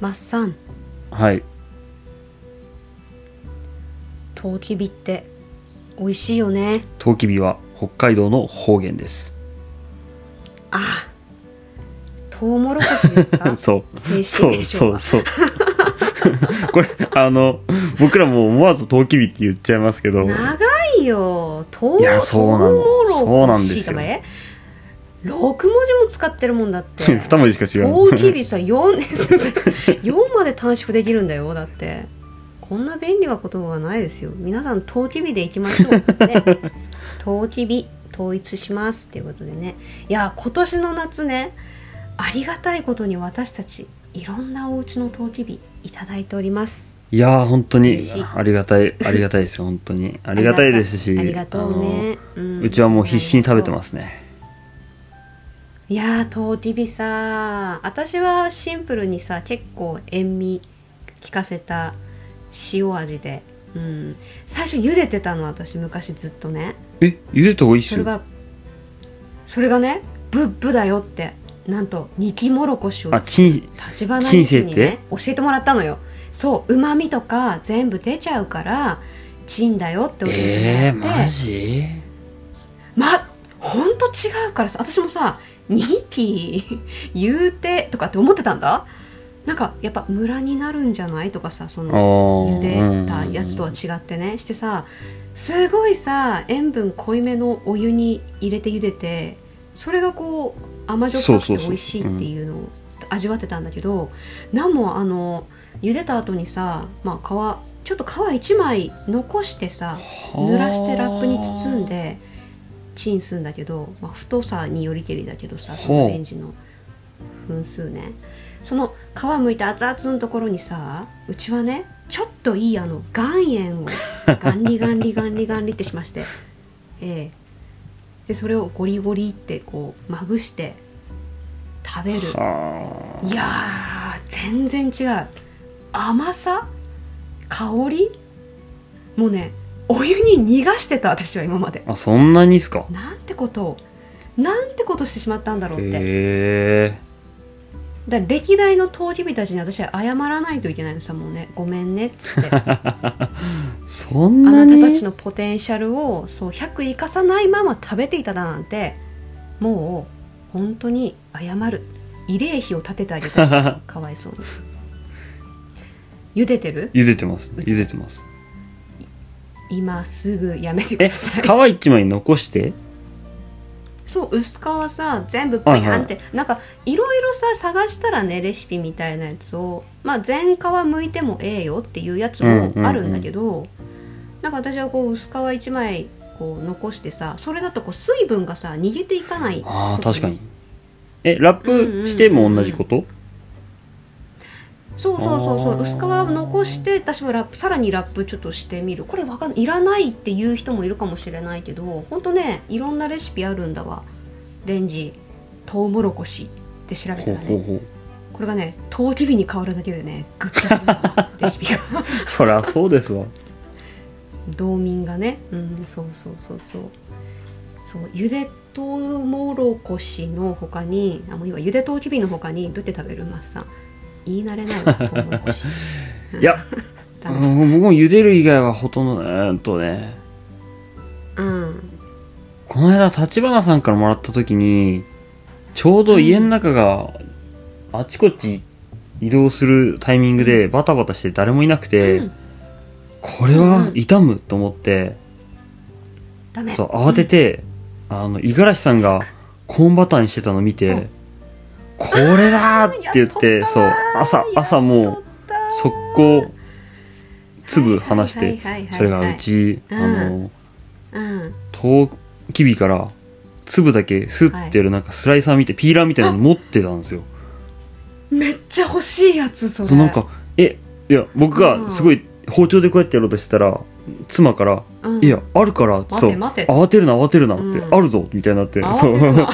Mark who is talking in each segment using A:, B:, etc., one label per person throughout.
A: マッサン
B: はい
A: トウキビって美味しいよね
B: トウキビは北海道の方言です
A: ああトウモロコシですか
B: そう
A: 正式
B: そう
A: 名称
B: そう
A: は
B: そう これあの僕らも思わずトウキビって言っちゃいますけど
A: 長いよトウ
B: いやそうなの
A: トウモ
B: そう
A: ロ
B: な
A: コ
B: んで
A: シ
B: す
A: だ
B: よ
A: め6文字も使ってるもんだっ て
B: 二文字しか違
A: トウキ
B: う
A: ビさ4 4まで短縮できるんだよだってこんな便利な言葉はないですよ皆さんトウキビでいきましょうねトウキビ統一しますっていうことでねいや今年の夏ねありがたいことに私たちいろんなお家のトウキビいただいております
B: いやー本当に
A: 嬉しい
B: ありがたいありがたいですよ本当 にありがたいですし
A: ありがとうね、
B: あ
A: ん
B: のうちはもう必死に食べてますね
A: いやートウキビさ私はシンプルにさ結構塩味効かせた塩味で、うん、最初茹でてたの私昔ずっとね
B: え茹でた方がいいっ
A: そ
B: す
A: れ
B: よ
A: がそれがねブッブだよってなんと煮きもろこしを
B: あチン
A: 立花に
B: チンセイっ
A: ね
B: て
A: 教えてもらったのよそううまみとか全部出ちゃうからチンだよって教
B: え
A: え
B: ー、
A: てもらって、
B: マジ
A: まほんと違うからさ私もさ「ニーキー 言うて」とかって思ってたんだなんかやっぱムラになるんじゃないとかさそ
B: あ
A: の茹
B: ー
A: でたやつとは
B: うん
A: 違ってねしてさすごいさ塩分濃いめのお湯に入れて茹でてそれがこう甘じょっぱく
B: そうそう
A: て
B: そう
A: 美味しいっていうのを味わってたんだけどなんもあの茹でた後にさまあ皮ちょっと皮一枚残してさ濡らしてラップに包んでチンするんだけど、まあ、太さによりけりだけどさ
B: ほう
A: そのレンジの分数ねその皮むいた熱々のところにさうちはねちょっといいあの岩塩をガンリガンリガンリガンリってしましてええでそれをゴリゴリってこうまぶして食べる
B: あ
A: いやー全然違う甘さ香りもうねお湯に逃がしてた私は今まで
B: ーあそんなにっすか
A: なんてことをなんてことしてしまったんだろうって、
B: へえ
A: だから歴代の通り人たちに私は謝らないといけないのさもうねごめんねっつ ってあ
B: そんな
A: な
B: に
A: たたちのポテンシャルをそう100生かさないまま食べていただなんてもう本当に謝る慰霊碑を立ててあげたい かわいそうに茹でてる
B: 茹でてます
A: うち
B: 茹でてます
A: 今すぐやめてく
B: え
A: ださい
B: 皮一枚 残して
A: そう薄皮さ全部ビャンって、なんかいろいろさ探したらねレシピみたいなやつをまあ全皮剥いてもええよっていうやつもあるんだけど、なんか私はこう薄皮1枚こう残してさそれだとこう水分がさ逃げていかない
B: ああ
A: そう
B: 確かにえラップしても同じこと
A: そうそうそうそう
B: あー
A: 薄皮を残して私はラップさらにラップちょっとしてみるこれわかんいらないっていう人もいるかもしれないけどほんとねいろんなレシピあるんだわレンジとうもろこしって調べた
B: ほう
A: ら
B: ほう
A: ね
B: ほう
A: これがねとうきびに変わるだけでねグッとなるわレシ ピが
B: そりゃそうで すわ
A: 道民がねうんそうそうそうそうそうゆでとうもろこしのほかにあもう今ゆでとうきびのほかにどうやって食べるマスさん言い慣れないわとうもろこ し
B: いや
A: ダ
B: う
A: メ
B: ん僕も茹でる以外はほとんどうーんとね
A: うん
B: この間立花さんからもらった時にちょうど家の中があちこち移動するタイミングでバタバタして誰もいなくて、
A: うん
B: これは傷むと思って、
A: ダメ
B: そう慌てて、あの五十嵐さんがコーンバターにしてたの見て、
A: うん
B: これだーって言って
A: やっとった
B: そう
A: わー
B: 朝朝
A: やっと
B: もう
A: ったわー
B: 速攻粒離し
A: はい
B: て
A: はいはいはいはい
B: それがうち、
A: うん
B: あの
A: うん
B: トウキビから粒だけスッてやるなんかスライサー見てピーラーみたいなの持ってたんですよ、
A: めっちゃ欲しいやつそれ
B: そうなんかえいや僕
A: う
B: が
A: ん
B: すごい包丁でこうやってやろうとしてたら妻から「
A: うん
B: いやあるから」
A: て
B: そう
A: 待て
B: 慌てるな慌てるな」って「
A: うん
B: あるぞ」みたいになって
A: 慌
B: そ
A: てる
B: う
A: な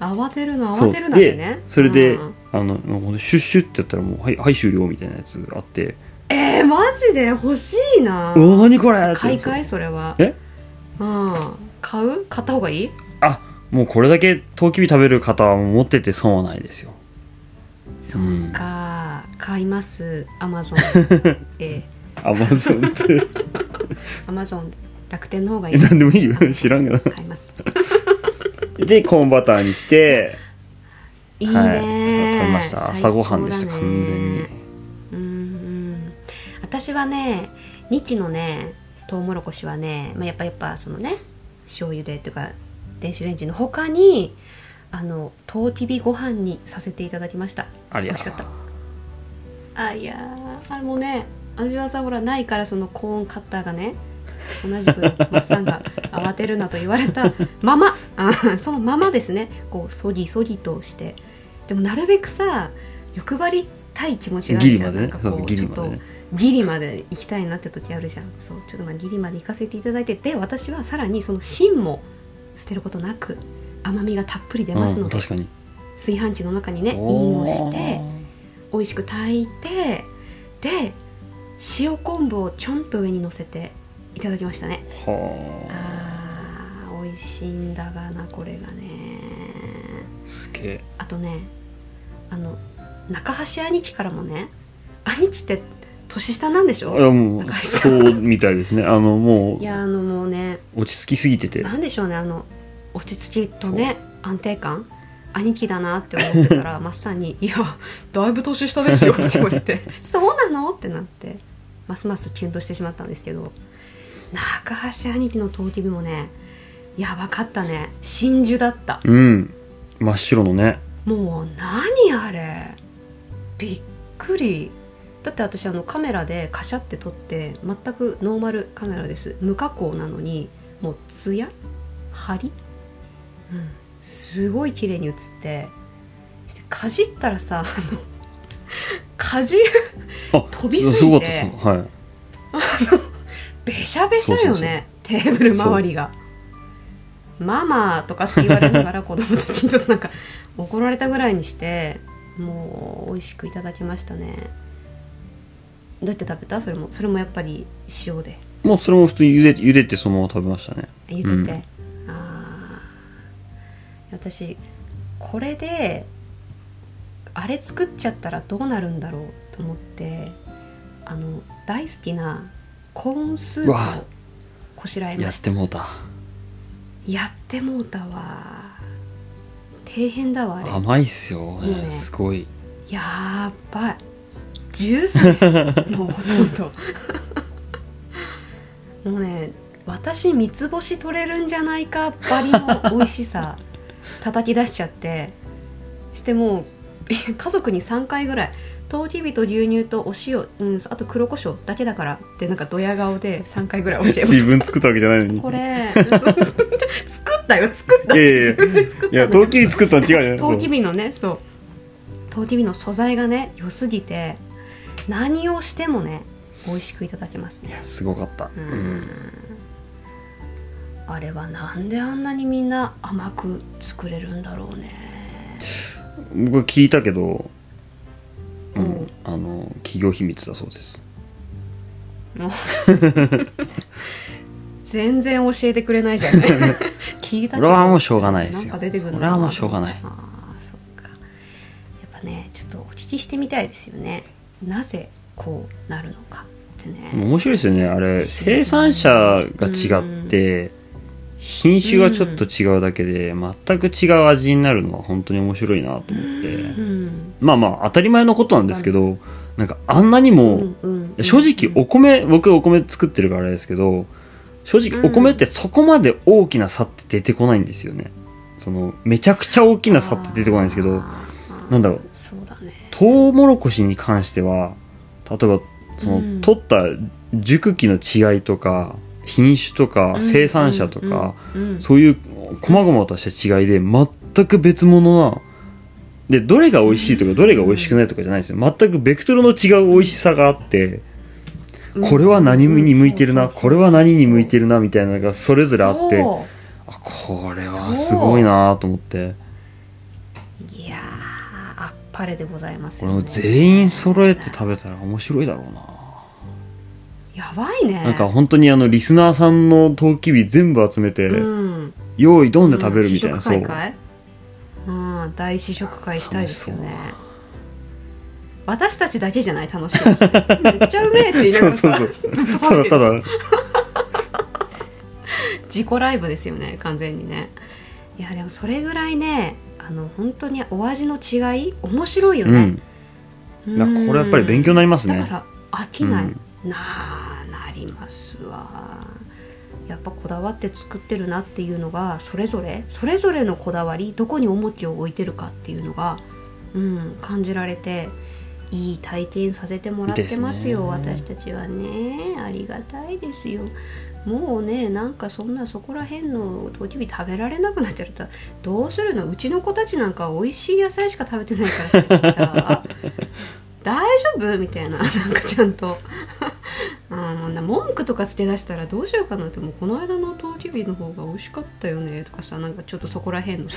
A: 慌てるの
B: そ
A: 慌
B: う
A: てるなんでね
B: それで、
A: うん
B: あのもうシュッシュッってやったらもう「はい、はい、終了」みたいなやつがあって
A: えー、マジで欲しい
B: 「
A: な
B: うわ何これ!」って
A: 買い替えそれは
B: え
A: うん買う買った方がいい
B: あもうこれだけトウキビ食べる方はもう持ってて損はないですよ
A: そ
B: うん
A: っか、買いますアマゾ ンええ
B: アマ ゾンって
A: アマゾン楽天の方がい
B: え
A: い
B: 何でもいいよ 知らんが
A: 買います
B: なでコーンバターにして
A: いいね、
B: はい食べました朝ごはんでした
A: 最
B: 完
A: 高だね
B: 全に
A: うんうん私はね日のねトウモロコシはね、まあ、やっぱやっぱそのね醤油でとか電子レンジの他にあのトウティビご飯にさせていただきました
B: あり
A: 美
B: や
A: 味しかったあいやーあれもね味はさほらないからそのコーンカッターがね同じくマスさんが慌てるなと言われた ままあそのままですねこうそぎそぎとしてでもなるべくさ欲張りたい気持ちがあるじゃん
B: ギ
A: な
B: リまでね
A: んかこ
B: そううギリ
A: ちょ
B: ま
A: っ
B: でね
A: とギリまで行きたいなって時あるじゃんそうちょっとまあギリまで行かせていただいてで私はさらにその芯も捨てることなく甘みがたっぷり出ます
B: う
A: の
B: ん、
A: で、
B: 確かに
A: 炊飯器の中にねイン
B: お
A: を
B: ー
A: して美味しく炊いてで塩昆布をちょんと上に乗せていただきましたね
B: は
A: あー美味しいんだがなこれがね
B: あすげえ
A: あとねあの中橋兄貴からもね兄貴って年下なんでし
B: い
A: ょ
B: やもう
A: 高橋さん
B: そうみたいですねあのも
A: いやあのもうね
B: う落ち着きすぎてて
A: なんでしょうねあの落ち着きとね安定感兄貴だなって思ってたらマスさんに「いやだいぶ年下ですよ」って言われて「そうなの?」ってなってますますキュンとしてしまったんですけど中橋兄貴のトーティビもねやばかったね真珠だった
B: うん真っ白のね
A: もう何あれびっくりだって私あのカメラでカシャって撮って全くノーマルカメラです無加工なのにもうツヤ張り、うん、すごい綺麗に映ってそしてかじったらさあの果汁
B: あ
A: 飛びすぎて
B: すごかったですはい
A: べしゃべしゃよねテーブル周りが「ママ」とかって言われな がら子供たちにちょっとなんか怒られたぐらいにしてもう美味しくいただきましたねどうやって食べたそれもそれもやっぱり塩で
B: もうそれも普通に茹で茹でてそのまま食べましたね
A: 茹でて、あ
B: うん
A: あ私これであれ作っちゃったらどうなるんだろうと思ってあの大好きなコーンスープを
B: うわ
A: こしらえ
B: や
A: ま
B: っ
A: してた
B: もうた
A: やってもうたわ底辺だわあれ
B: 甘いっすよね、
A: うん
B: すごい
A: やーばいジュースで すもうほとんどもうね私三つ星取れるんじゃないかばりの美味し さ叩き出しちゃってしてもう 家族に3回ぐらい「トウキビと牛乳とお塩、うん、あと黒胡椒だけだから」ってなんかドヤ顔で3回ぐらい教えま
B: 自
A: し
B: 分作ったわけじゃないの
A: た
B: に
A: これ 作ったよ作った
B: いやいやいや
A: 自分で作ったんだけど
B: いやトウキビ作ったの違うじゃない
A: トウキビのねそうトウキビの素材がね良すぎて何をしてもね美味しくいただけます
B: い
A: ね
B: やすごかった、
A: う
B: うんん、
A: あれはなんであんなにみんな甘く作れるんだろうね
B: 僕は聞いたけど、うん
A: うん
B: あの企業秘密だそうです
A: もう全然教えてくれないじゃん 聞いたけど
B: 俺はもうしょうがないですよ
A: なんか出てくるの
B: 俺はもうしょうがない
A: あーそっかやっぱねちょっとお聞きしてみたいですよねなぜこうなるのかってね
B: 面白いですよねあれ生産者が違って品種がちょっと違うだけで全く違う味になるのは本当に面白いなと思って、
A: うん
B: まあまあ当たり前のことなんですけどなんかあんなにも、
A: うんうん
B: 正直お米、僕お米作ってるからあれですけど正直
A: うん
B: お米ってそこまで大きな差って出てこないんですよねそのめちゃくちゃ大きな差って出てこないんですけど
A: あー
B: なんだろう
A: そうだね
B: トウモロコシに関しては例えばその、
A: うん
B: 取った熟期の違いとか品種とか生産者とか、
A: うんうんうん
B: そういう細々とした違いで全く別物なでどれが美味しいとかどれが美味しくないとかじゃないんですよ全くベクトルの違う美味しさがあってこれは何に向いてるなこれは何に向いてるなみたいなのがそれぞれあって
A: そ
B: あこれはすごいなと思って
A: ういやーあっぱれでございます
B: こ
A: よ
B: れ
A: ね
B: も全員揃えて食べたら面白いだろうな
A: やばいね
B: なんか本当にあのリスナーさんのトウキビ全部集めて
A: うん
B: 用意ドンで食べるみたいな
A: 試
B: そう
A: 食会かいうん大試食会したいですよね私たちだけじゃない楽しいのめっちゃうめえって言いなが
B: そう
A: ら
B: そう
A: さ
B: そう
A: ずっと
B: た
A: 食べ
B: だ
A: て
B: た
A: る
B: だ
A: 自己ライブですよね完全にねいやでもそれぐらいねあの本当にお味の違い面白いよ
B: う
A: ね
B: ん、、いやこ
A: うん
B: れやっぱり勉強になります
A: だ
B: ね
A: から飽きない、
B: うん
A: なあなりますわやっぱこだわって作ってるなっていうのがそれぞれそれぞれのこだわりどこに重きを置いてるかっていうのが、うん、感じられていい体験させてもらってますよ
B: ですね
A: 私たちはねありがたいですよもうねなんかそんなそこら辺のときび食べられなくなっちゃったらどうするのうちの子たちなんか美味しい野菜しか食べてないから最近さ大丈夫みたいな なんかちゃんとうんな文句とか捨て出したらどうしようかなってもうこの間のとうきびの方が美味しかったよねとかさなんかちょっとそこら辺のさ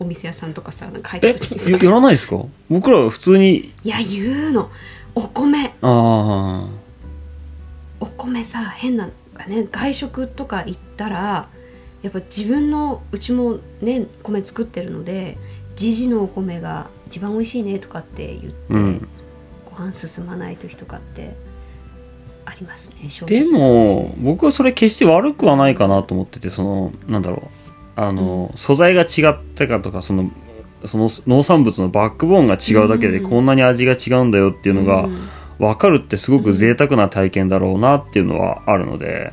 A: お店屋さんとかさなんか入っ
B: え
A: た時にさ
B: ややらないですか僕らは普通に
A: いや言うのお米
B: あ
A: お米さ変なのがね外食とか行ったらやっぱ自分のうちもね米作ってるのでじじのお米が一番美味しいねとかって言って、
B: あうん
A: ご飯進まない時とかってありますね正直
B: でも僕はそれ決して悪くはないかなと思っててそのなんだろうあの、素材が違ったかとかそのその農産物のバックボーンが違うだけで
A: うん
B: こんなに味が違うんだよっていうのが
A: うん
B: 分かるってすごく贅沢な体験だろうなっていうのはあるので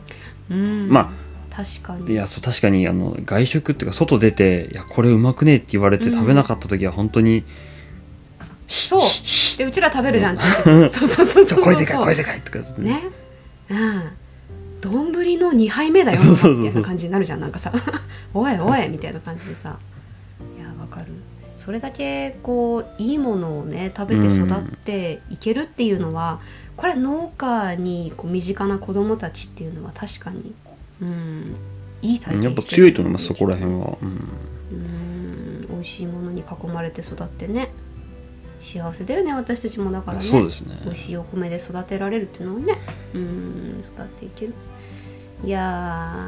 A: うん
B: ま
A: 確か
B: い
A: に
B: やそう確かにあの外食っていうか外出て「いやこれうまくねえ」って言われて食べなかった時は本当に
A: そうでうちら食べるじゃんって言 ってそうそうそう
B: 「ち
A: そ
B: ょ
A: う
B: 声でかい声でかい」とかですね
A: ねうん丼の2杯目だよ
B: そうそうそうそう
A: みたいな感じになるじゃんなんかさ 「おいおい」みたいな感じでさいやわかるそれだけこういいものをね食べて育っていけるっていうのは、これは農家にこう身近な子供たちっていうのは確かにうんいい体験
B: やっぱ強いと思いますそこら辺は、うん、
A: うん美味しいものに囲まれて育ってね幸せだよね私たちもだからね
B: そうですね
A: 美味しいお米で育てられるっていうのをねうん育っていけるいや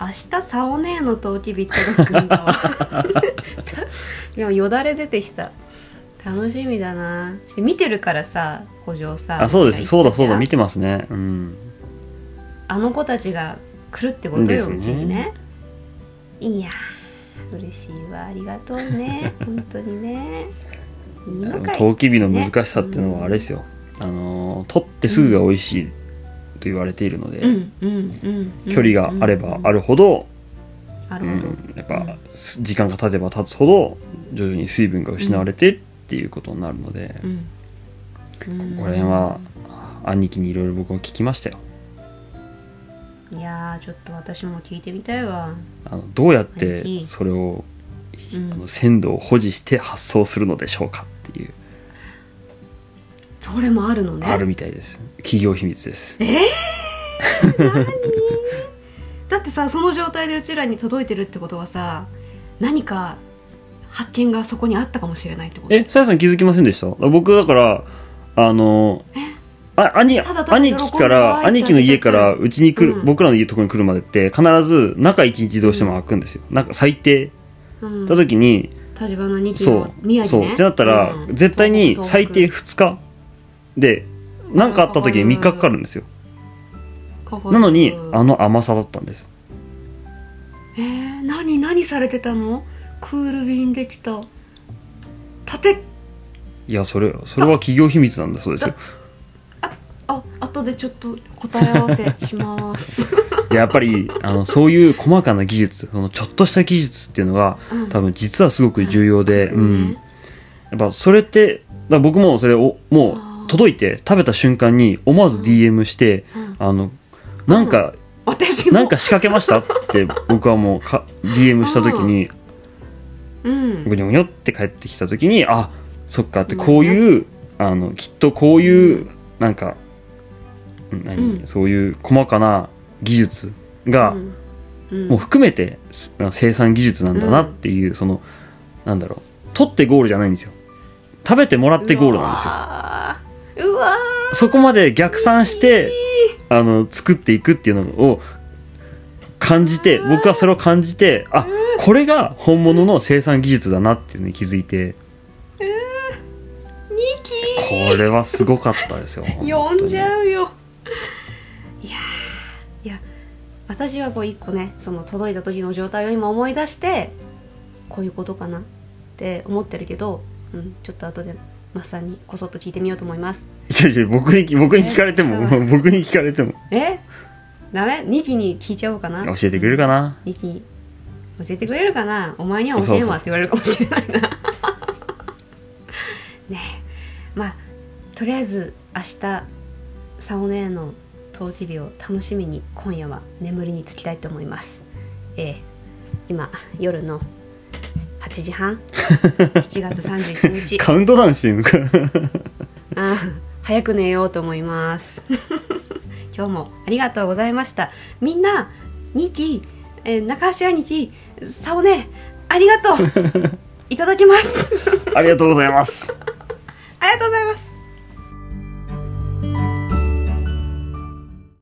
A: ー明日サオネーのとうきび届くんだわでもよだれ出てきた楽しみだなそして見てるからさ補助さ
B: あそうですそうだそうだ見
A: 見
B: てますねうん
A: あの子たちが来るってこと
B: で
A: よ、
B: すね
A: うちにねいやー嬉しいわありがとう ね本当にねいいのかい
B: 陶器日の難しさっていうのはあれですよ、あの取ってすぐが美味しいと言われているので、
A: うんうんうんうん
B: 距離があればあるほど、
A: な
B: う
A: る
B: ん
A: ほど、
B: やっぱす時間が経てば経つほど徐々に水分が失われてっていうことになるので、
A: うんうん
B: ここら辺は兄貴にいろいろ僕も聞きましたよ
A: いやーちょっと私も聞いてみたいわ
B: あのどうやっ
A: 兄貴
B: てそれを、
A: うん
B: あの鮮度を保持して発送するのでしょうかっていう、
A: それもあるのね
B: あるみたいです企業秘密です
A: だってさその状態でうちらに届いてるってことはさ何か発見がそこにあったかもしれないってこと
B: えさやさん気づきませんでした僕だからあのあ兄
A: ただただ喜んで
B: 兄貴
A: わー
B: か
A: い
B: ら
A: って
B: 兄貴の家からうちに来る、
A: うん
B: 僕らの家とこに来るまでって必ず中一日どうしても開くんですよ、なんか最低
A: うん
B: た時に、
A: 立花二期
B: そ
A: の
B: う、
A: 宮
B: そ
A: 城
B: う
A: ね
B: ってなったら、
A: うん
B: 絶対に
A: 東北
B: 最低2日で何かあった時に3日かかるんですよ
A: 東北
B: なのにあの甘さだったんです
A: えー、何何されてたのクール便できた立て
B: いやそれそれは企業秘密なんだそうですよ
A: あ後でちょっと答え合わせします
B: いややっぱりあのそういう細かな技術そのちょっとした技術っていうのが、
A: うん
B: 多分実はすごく重要で、
A: う
B: うんん、やっぱそれってだから僕もそれをも
A: あー
B: う届いて食べた瞬間に思わず DM して、
A: うん
B: あのなんか、
A: 私も
B: なんか仕掛けましたって僕はもうか DM した時に
A: うん
B: ぐにょぐにょって帰ってきた時にあそっかってこういう、あのきっとこういうなんか、うん何
A: うん
B: そういう細かな技術が、
A: うんうん
B: もう含めてす生産技術なんだなっていう、そのなんだろう取ってゴールじゃないんですよ食べてもらってゴールなんで
A: で
B: すよ
A: すようわ
B: そこまで逆算してあの作っていくっていうのを感じて僕はそれを感じてあこれが本物の生産技術だなっていうのに気づいて
A: ーニキ
B: これはすごかったですよ
A: 呼んじ
B: う
A: ゃうよいやーいや私はこう一個ねその届いた時の状態を今思い出してこういうことかなって思ってるけど、うん、ちょっと後でマッさんにこそっと聞いてみようと思います
B: いやいや僕に僕に聞かれても
A: え
B: 僕に聞かれても
A: えダメニキに聞いちゃおうかな
B: 教えてくれるかな
A: ニキ教えてくれるかなお前には教えんわって言われるかもしれないなねえまあとりあえず明日サオネーの陶器日を楽しみに今夜は眠りにつきたいと思いますええ今夜の8時半7月31日
B: カウントダウンしてるのか
A: あー 早く寝ようと思います。 今日もありがとうございました。みんな、ニキ、えー中橋兄貴、サオネ、ありがとういただきます
B: ありがとうございます
A: ありがとうございます